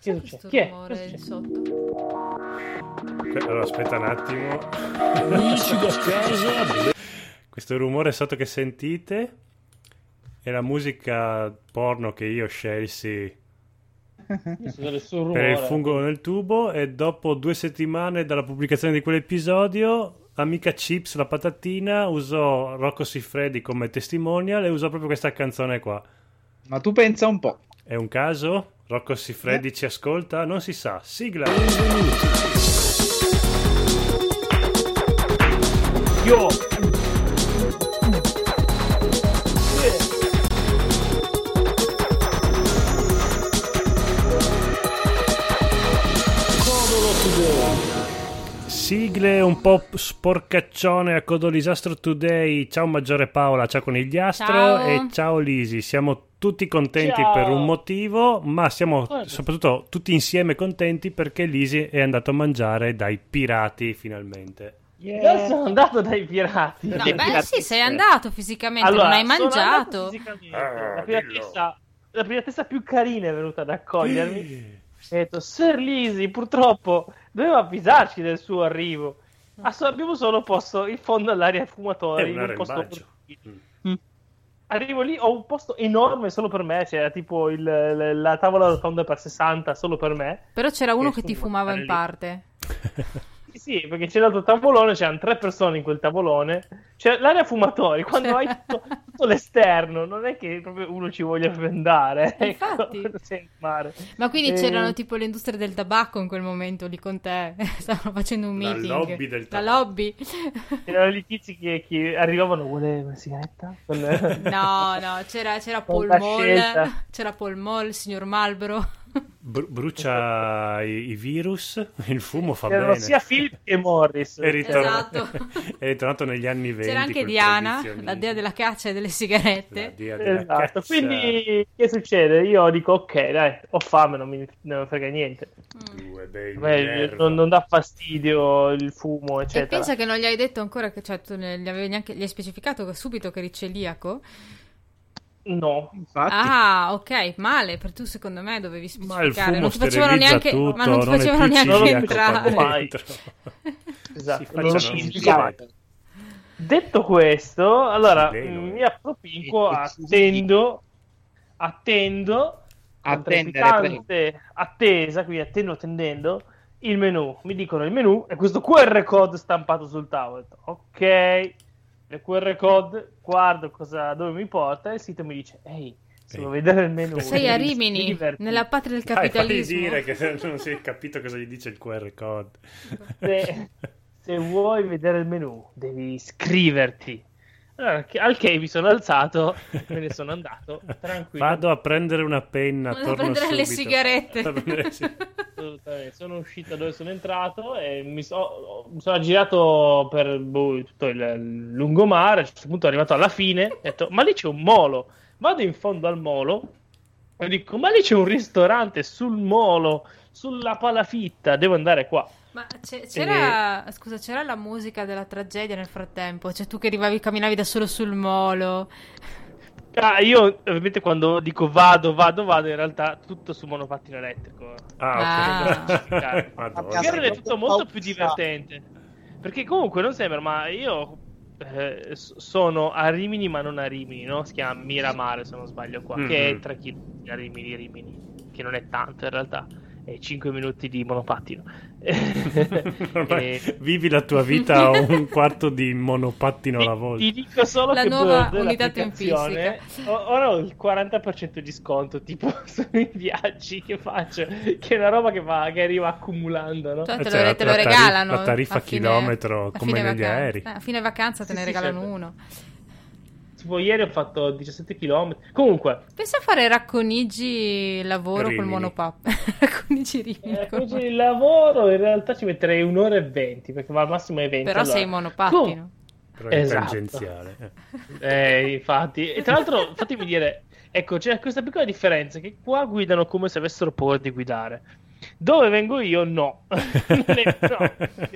Che Cos'è succede? questo Chi è? rumore Cosa di succede? sotto? Cioè, Allora, aspetta un attimo. Amici da casa, Questo rumore sotto che sentite è la musica porno che io scelsi Questo è il suo per rumore. il fungo nel tubo e dopo due settimane dalla pubblicazione di quell'episodio amica Chips la patatina usò Rocco Siffredi come testimonial e usò proprio questa canzone qua Ma tu pensa un po'. è un caso? Rocco Siffredi ci ascolta? non si sa sigla Io! sigle un po' sporcaccione a Codolisastro Today ciao Maggiore Paola ciao Conigliastro Ciao. e ciao Lisi siamo tutti contenti Ciao. per un motivo ma siamo Guarda. soprattutto tutti insieme contenti perché Lisi è andato a mangiare dai pirati finalmente Io sono andato dai pirati. No, Perché beh, pirati- sì, sei andato fisicamente, non hai sono mangiato. andato fisicamente. Ah, la, piratessa, la piratessa più carina è venuta ad accogliermi. e ha detto: Sir Lisi, purtroppo doveva avvisarci del suo arrivo. Ah, so- abbiamo solo posto in fondo all'aria fumatori. È un in un posto arrembaggio. pulito." Mm. Arrivo lì, ho un posto enorme solo per me. C'era tipo il- la, la tavola rotonda per 60 solo per me. Però c'era uno Eh, che ti insomma, fumava stare in lì. parte. Sì, sì, perché c'era l'altro tavolone, c'erano tre persone in quel tavolone. Cioè, l'area fumatori, quando hai Cioè. tutto, tutto l'esterno, non è che proprio uno ci voglia proprio andare. ecco, Infatti. quando sei in mare. Ma quindi Eh, c'erano tipo le industrie del tabacco in quel momento lì con te. Stavano facendo un La meeting. lobby del La tabacco. lobby. C'erano gli tizi che, che arrivavano, vuole una sigaretta? Con- No, no, c'era, c'era Con Paul la Mall, scelta. c'era Paul Mall, signor Malbro. Bru- brucia i, i virus il fumo fa C'erano bene sia Philip che Morris. è, ritor- Esatto. è ritornato negli anni 20 C'era anche quel Diana, la proibizionismo. dea della caccia e delle La sigarette. dea della Esatto, caccia. quindi che succede? Io dico ok, dai, ho fame, non mi non mi frega niente. Mm. Due bei Beh, Minerva. non, non dà fastidio il fumo, E eccetera. pensa che non gli hai detto ancora che cioè, tu ne- gli, avevi neanche, gli hai specificato che- subito che eri celiaco? No, Infatti, Ah, ok, male, per tu secondo me dovevi Ma il specificare, fumo non ti facevano sterilizza neanche tutto, ma non ti è facevano Non più neanche lo ciliaco entrare. qua mai. dentro. esatto. Si non facciano lo un specificava. giro. Detto questo, allora mm, Sì, beh, noi. mi appropinco, attendo, attendo, con Attendere, trepidante attesa, quindi attendo, attendendo il menu. Mi dicono il menu e questo QR code stampato sul tavolo. Ok, il QR code, guardo cosa, dove mi porta e il sito mi dice, ehi, se vuoi Ehi. vedere il menu... Sei a devi Rimini, iscriverti." nella patria del Dai, fagli capitalismo. dire che non si è capito cosa gli dice il QR code. se, se vuoi vedere il menu, devi iscriverti. Allora, che- al che mi sono alzato, me ne sono andato, tranquillo. Vado a prendere una penna, Vado a torno prendere le subito. sigarette. Vado a prendere le sig- Assolutamente. Sono uscito dove sono entrato e mi, so- ho- mi sono aggirato per boh, tutto il lungomare. A un certo punto, arrivato alla fine, ho detto: Ma lì c'è un molo. Vado in fondo al molo e dico: Ma lì c'è un ristorante sul molo, sulla palafitta. Devo andare qua. Ma c'è- c'era, Eh. scusa, c'era la musica della tragedia nel frattempo? Cioè tu che arrivavi, camminavi da solo sul molo. Eh, Ah, io ovviamente quando dico vado, vado, vado, in realtà tutto su monopattino elettrico. Ah, ok. Ah. Madonna. Magari è Cazzo, tutto troppo molto più pausa. divertente. Perché comunque non sembra, ma io eh, s- sono a Rimini, ma non a Rimini, no? Si chiama Miramare, se non sbaglio qua, che Mhm. è 3 km a Rimini, Rimini, che non è tanto in realtà. È 5 minuti di monopattino. Ormai Eh, Vivi la tua vita a un quarto di monopattino alla volta. Ti dico solo La che nuova Bird, unità l'applicazione, tempistica. o- Ora ho il 40% di sconto, tipo sui viaggi che faccio, che è una roba che, va, che arriva accumulando, no? Cioè, te, Eh, cioè, lo, la- te lo la tari- regalano. la tariffa a fine- chilometro, a come fine negli vacanza. aerei. Eh, a fine vacanza te Sì, ne sì, regalano certo. uno. Tipo ieri ho fatto 17 km. Comunque, Pensa a fare racconigi lavoro col Rimini. monopap. racconigi rimini. eh, col oggi monopap. il lavoro in realtà ci metterei un'ora e 20, perché va al massimo ai 20. Però sei allora. monopattino. Però è Esatto. tangenziale. Eh. Eh, infatti. E tra l'altro, fatemi dire, ecco, c'è questa piccola differenza che qua guidano come se avessero paura di guidare. Dove vengo io, no. Non è- no.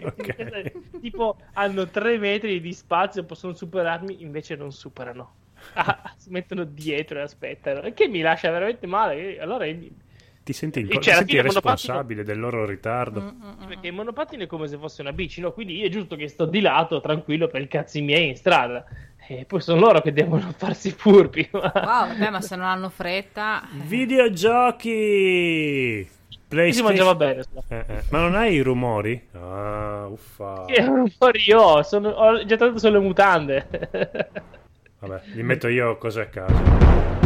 Ok. Tipo, hanno tre metri di spazio, possono superarmi, invece non superano. Ah, si mettono dietro e aspettano. E che mi lascia veramente male. Allora io mi- ti senti, in E co- cioè, alla ti senti fine quando responsabile del loro ritardo. Mm, mm, mm. Perché il monopattino è come se fosse una bici, no? Quindi è giusto che sto di lato, tranquillo, per i cazzi miei in strada. E poi sono loro che devono farsi furbi. ma- Wow, vabbè, ma se non hanno fretta... eh. Videogiochi! Si PlayStation... mangiava bene. scusa. Eh, eh. Ma non hai i rumori? Ah, uffa. Che rumori io, sono, ho già tanto sulle mutande. Vabbè, li metto io cose a caso.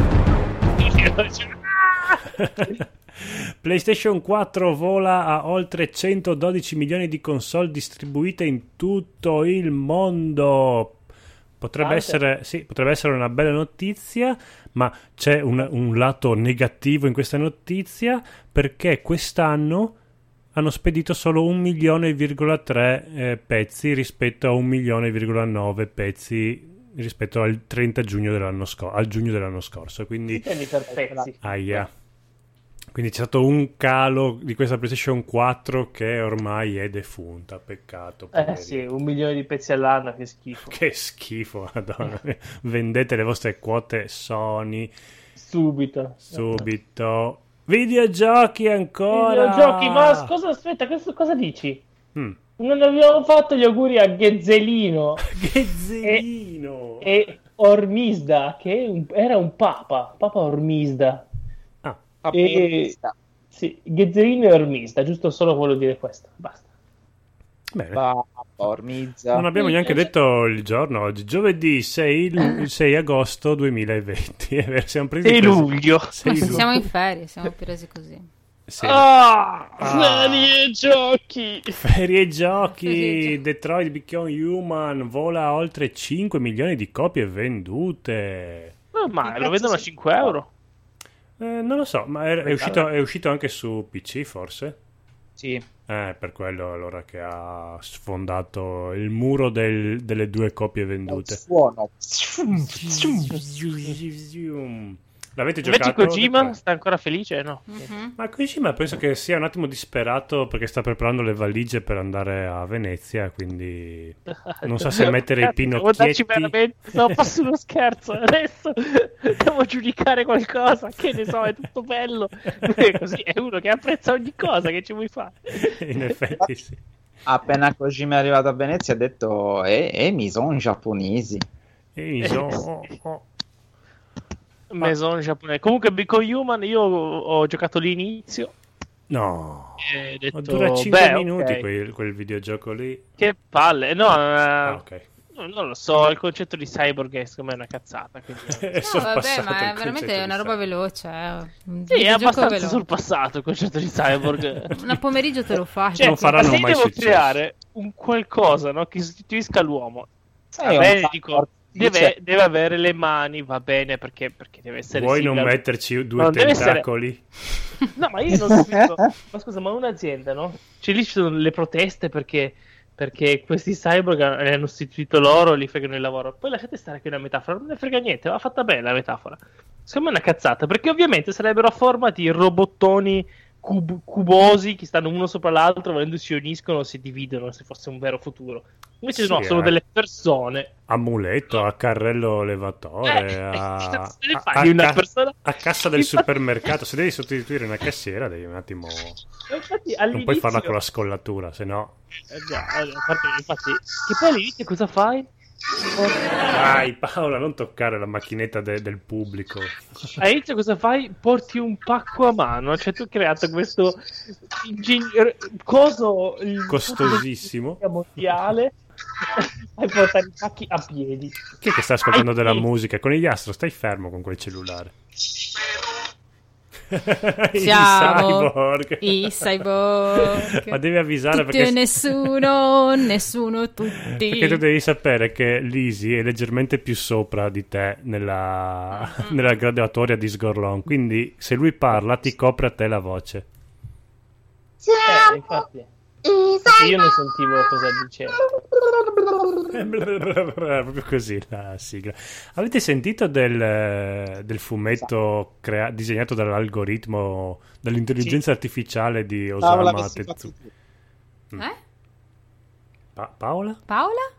PlayStation 4 vola a oltre 112 milioni di console distribuite in tutto il mondo. Potrebbe Tante. essere, sì, potrebbe essere una bella notizia, ma c'è un, un lato negativo in questa notizia perché quest'anno hanno spedito solo 1 milione,3 eh, pezzi rispetto a 1 milione,9 pezzi rispetto al 30 giugno dell'anno, scor- al giugno dell'anno scorso. Quindi Intendi per pezzi. Aia. Quindi c'è stato un calo di questa PlayStation 4 che ormai è defunta. Peccato. Eh poverina. sì, un milione di pezzi all'anno, che schifo. Che schifo, madonna. Vendete le vostre quote Sony Subito. subito. Videogiochi ancora. Videogiochi, ma cosa aspetta, questo- cosa dici? Mm. Non abbiamo fatto gli auguri a Ghezzelino Ghezzelino. e Ormisda, che è un- era un papa, papa Ormisda. Ah, E- Sì, Ghezzelino e Ormisda, giusto solo volevo dire questo, basta. bene. Va, Ormizza. Non abbiamo neanche detto il giorno oggi, giovedì 6, lu- 6 agosto 2020. È vero, siamo presi Sei così. luglio. Sei Ma se lu- siamo in Oh, ferie, siamo presi così. sì. Ah, Ah. serie giochi! Ferie giochi, Ferie giochi. Detroit Become Human vola a oltre 5 milioni di copie vendute. No, ma lo vendono a 5 euro. Eh, non lo so, ma è, è uscito, è uscito anche su PC forse? Sì. Eh, per quello allora che ha sfondato il muro del- delle due copie vendute. Suono. L'avete Invece giocato? Kojima sta ancora felice? No. Mhm. Ma Kojima penso che sia un attimo disperato perché sta preparando le valigie per andare a Venezia, quindi non so se mettere i Cazzo, devo darci pinocchietti. veramente- No, posso uno scherzo adesso. Devo giudicare qualcosa. Che ne so, è tutto bello. È così, è uno che apprezza ogni cosa che ci vuoi fare. In effetti sì. Appena Kojima è arrivato a Venezia ha detto eh, eh, mi sono giapponesi. Ah, E mi Eh. so- oh, oh. Maison giapponese. Comunque, Become Human, io ho giocato l'inizio. No. E ho detto, Ma dura 5 beh, minuti ok, quel, quel videogioco lì. Che palle. No, eh, Ah, no, ok. no, non lo so. Il concetto di cyborg è secondo me è una cazzata. Quindi... È No, sorpassato vabbè, ma il è concetto veramente di una roba cioè, stare. veloce. eh. Un Sì, è videogioco abbastanza veloce. sorpassato il concetto di cyborg. Una pomeriggio te lo faccio. Cioè, Non faranno ma se io mai devo successo. creare un qualcosa no, che sostituisca l'uomo, va Eh, bene, un dico, dice- deve, deve avere le mani, va bene, perché, perché deve essere... Vuoi simile non al- metterci due Non deve essere- tentacoli? No, ma io non capisco. ma scusa, ma un'azienda, no? Cioè lì ci sono le proteste perché, perché questi cyborg han- hanno sostituito loro, li fregano il lavoro. Poi lasciate stare che è una metafora, non ne frega niente, va fatta bene la metafora. Secondo me è una cazzata, perché ovviamente sarebbero a forma di robottoni cub- cubosi che stanno uno sopra l'altro, volendo si uniscono, si dividono, se fosse un vero futuro. Invece Sì, no, sono eh. delle persone. A muletto, a carrello elevatore, Eh, a, che cazzo ne a- fai a di una ca- persona? a cassa del Infatti- supermercato. Se devi sostituire una cassiera, devi un attimo. Ma Infatti, Non puoi farla all'inizio- con la scollatura, se no. Eh già, eh, infatti, infatti- che poi all'inizio cosa fai? Dai, Paola, non toccare la macchinetta de- del pubblico. All'inizio cosa fai? Porti un pacco a mano, cioè tu hai creato questo ingegn- r- coso il- Costosissimo. mondiale e portare i pacchi a piedi. Chi è che sta ascoltando Ai della piedi. musica? Con gli astro, stai fermo con quel cellulare. I Ciao. cyborg. I cyborg. Ma devi avvisare Tutti perché. e nessuno, nessuno tutti. Perché tu devi sapere che Lisi è leggermente più sopra di te nella, Ah. nella graduatoria di Sgorlon. Quindi se lui parla ti copre a te la voce. Cioè, Eh, infatti. Perché io non sentivo cosa diceva. Eh, Proprio così la sigla. Avete sentito del, del fumetto crea- disegnato dall'algoritmo, dall'intelligenza artificiale di Paola, Osama avessi Tezu? fatto tu. Eh? Pa- Paola? Paola?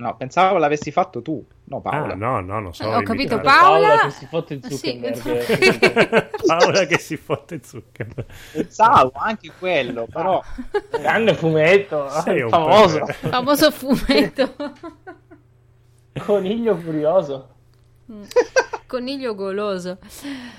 No, pensavo Ah, l'avessi fatto tu. No, Paola. Ah, no, no, non so. Ho imitare. capito, Paola. Paola che si fotte il Sì, Zuckerberg. eh, Paola che si fotte Zuckerberg. Pensavo anche quello, però Grande fumetto, Sei un famoso. perverso. famoso fumetto. Coniglio furioso. Coniglio goloso.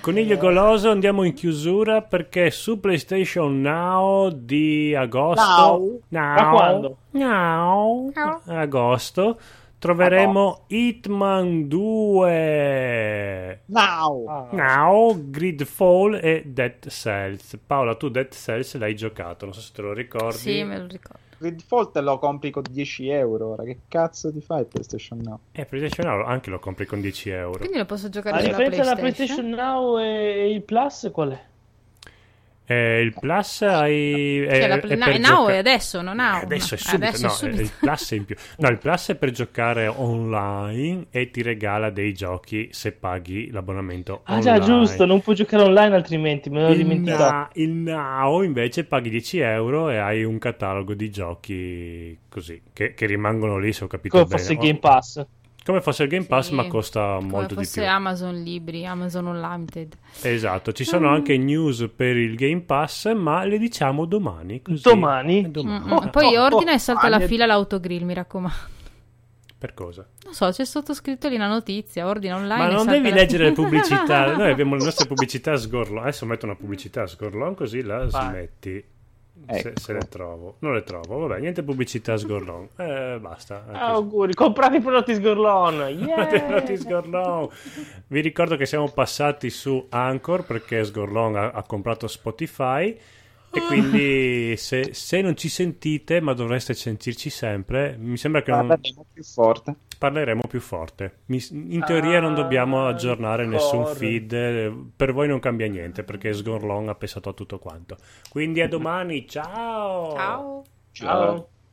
Coniglio goloso, andiamo in chiusura perché su PlayStation Now di agosto. Now. Ma quando? Now. Now. Agosto. Troveremo Hitman 2. no. Ah, Now, Gridfall e Dead Cells. Paola, tu Dead Cells l'hai giocato, non so se te lo ricordi. Sì, me lo ricordo. Gridfall te lo compri con 10 euro. Ora che cazzo ti fai il PlayStation Now? Eh, PlayStation Now anche lo compri con 10 euro. Quindi lo posso giocare La sulla differenza tra PlayStation. PlayStation Now e e il Plus qual è? Eh, il Plus hai... Cioè, è- la- è Eh, per na- now gioca- è adesso, non now. Eh, Adesso è No, subito, adesso è no, subito. eh, il Plus è in più. No, il Plus è per giocare online e ti regala dei giochi se paghi l'abbonamento Ah online. già, giusto, non puoi giocare online altrimenti, me l'ho Il, dimenticato. na- il Now invece paghi 10 euro e hai un catalogo di giochi così che, che rimangono lì se ho capito Come bene. fosse il Oh, Game Pass. Come fosse il Game Pass, Sì, ma costa come molto di fosse più. Amazon Libri, Amazon Unlimited. Esatto, ci sono anche Mm. news per il Game Pass, ma le diciamo domani. così- Domani? Mm, Domani. mm. Ah, Poi oh, ordina oh, e salta la ah, fila l'autogrill, mi raccomando. Per cosa? Non so, c'è sottoscritto lì una notizia, ordina online. Ma e non salta devi la leggere le fila. pubblicità. Noi abbiamo le nostre pubblicità sgorlon. Adesso metto una pubblicità sgorlon così la Vai. smetti. Se, Ecco. se le trovo. Non le trovo. Vabbè, niente pubblicità sgorlon. Eh, basta. è Ah, così. auguri, comprate i prodotti sgorlon. Yeah! Noti Sgorlon. Vi ricordo che siamo passati su Anchor perché Sgorlon ha, ha comprato Spotify e quindi se, se non ci sentite, ma dovreste sentirci sempre, mi sembra Ah, che non Parleremo più forte. parleremo più forte. Mi- in teoria non Ah, dobbiamo aggiornare nessun Anchor. feed, eh, per voi non cambia niente perché Sgorlon ha pensato a tutto quanto. Quindi a domani, ciao! Ciao. Ciao.